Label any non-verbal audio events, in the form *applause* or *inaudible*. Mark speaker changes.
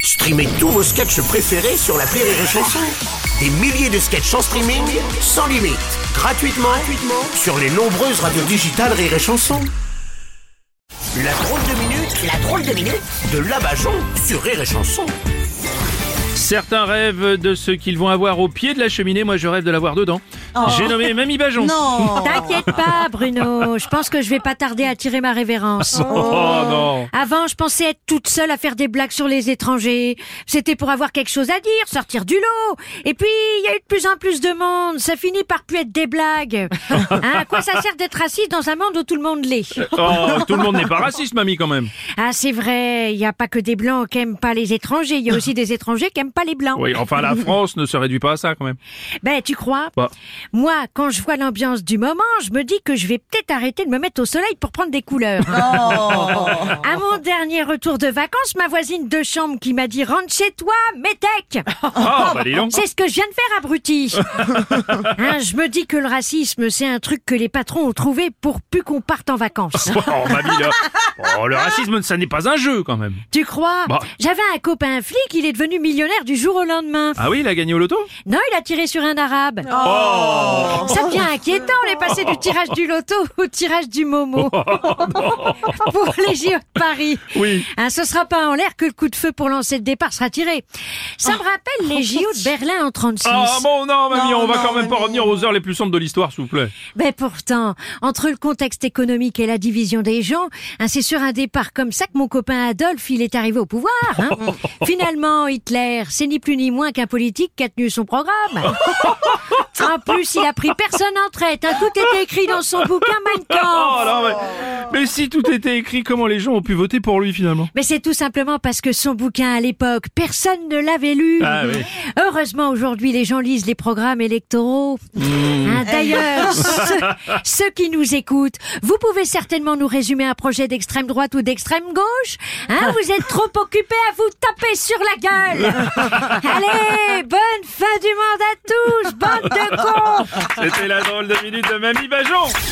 Speaker 1: Streamez tous vos sketchs préférés sur la Rire et Chanson. Des milliers de sketchs en streaming, sans limite, gratuitement, gratuitement sur les nombreuses radios digitales Rire et Chanson. La drôle de minute, la drôle de minute de Labajon sur Rire et Chanson.
Speaker 2: Certains rêvent de ce qu'ils vont avoir au pied de la cheminée, moi je rêve de l'avoir dedans. J'ai nommé Mamie
Speaker 3: Oh.
Speaker 2: Bajon.
Speaker 3: Non
Speaker 4: *laughs* T'inquiète pas, Bruno. Je pense que je vais pas tarder à tirer ma révérence.
Speaker 2: Oh non
Speaker 4: Avant, je pensais être toute seule à faire des blagues sur les étrangers. C'était pour avoir quelque chose à dire, sortir du lot. Et puis, il y a eu de plus en plus de monde. Ça finit par plus être
Speaker 2: *laughs*
Speaker 4: des blagues. Hein, à quoi ça sert d'être assise dans un monde où tout le monde l'est
Speaker 2: Oh, tout le monde n'est pas raciste, Mamie, quand même.
Speaker 4: Ah, c'est vrai. Il n'y a pas que des blancs qui aiment pas les étrangers. Il y a aussi des étrangers qui aiment pas les blancs.
Speaker 2: Oui, enfin, la France ne se réduit pas à ça, quand même.
Speaker 4: Ben, tu crois
Speaker 2: Bah.
Speaker 4: Moi, quand je vois l'ambiance du moment, je me dis que je vais peut-être arrêter de me mettre au soleil pour prendre des couleurs. *laughs* À mon dernier retour de vacances, ma voisine de chambre qui m'a dit rentre chez toi, métèque.
Speaker 2: Ah, bah dis donc.
Speaker 4: C'est ce que je viens de faire, abruti. Hein, je me dis que le racisme, c'est un truc que les patrons ont trouvé pour plus qu'on parte en vacances.
Speaker 2: Oh, Mamie, là. Oh, le racisme, ça n'est pas un jeu, quand même.
Speaker 4: Tu crois
Speaker 2: Bah.
Speaker 4: J'avais un copain flic, il est devenu millionnaire du jour au lendemain.
Speaker 2: Ah oui, il a gagné au loto
Speaker 4: Non, il a tiré sur un arabe.
Speaker 2: Oh
Speaker 4: Ça devient inquiétant, on est passé du tirage du loto *laughs* au tirage
Speaker 2: *laughs*
Speaker 4: du momo. pour les JO de Paris.
Speaker 2: Oui.
Speaker 4: Hein, ce sera pas en l'air que le coup de feu pour lancer le départ sera tiré. Ça me rappelle les JO de Berlin en 36.
Speaker 2: Ah bon, non, Mamie,
Speaker 3: Non,
Speaker 2: on va
Speaker 3: non,
Speaker 2: quand même pas
Speaker 3: Mamie.
Speaker 2: revenir aux heures les plus sombres de l'histoire, s'il vous plaît.
Speaker 4: Mais Ben, pourtant, entre le contexte économique et la division des gens, hein, c'est sur un départ comme ça que mon copain Adolphe, il est arrivé au pouvoir. hein. Finalement, Hitler, c'est ni plus ni moins qu'un politique qui a tenu son programme. en plus, il a pris personne en traite. hein. Tout était écrit dans son bouquin Mein Kampf.
Speaker 2: Oh, non, mais... mais si tout était écrit, comment les gens ont pu voter pour lui, finalement
Speaker 4: Mais c'est tout simplement parce que son bouquin à l'époque, personne ne l'avait lu.
Speaker 2: Ah oui.
Speaker 4: Heureusement aujourd'hui les gens lisent les programmes électoraux.
Speaker 2: Hmm.
Speaker 4: Hein,
Speaker 2: *laughs*
Speaker 4: D'ailleurs, ceux, ceux qui nous écoutent, vous pouvez certainement nous résumer un projet d'extrême droite ou d'extrême gauche. Hein, vous êtes trop occupés à vous taper sur la
Speaker 2: *laughs*
Speaker 4: gueule. Allez, bonne fin du monde à tous, bande de cons.
Speaker 2: C'était la drôle de minute de Mamie Bajon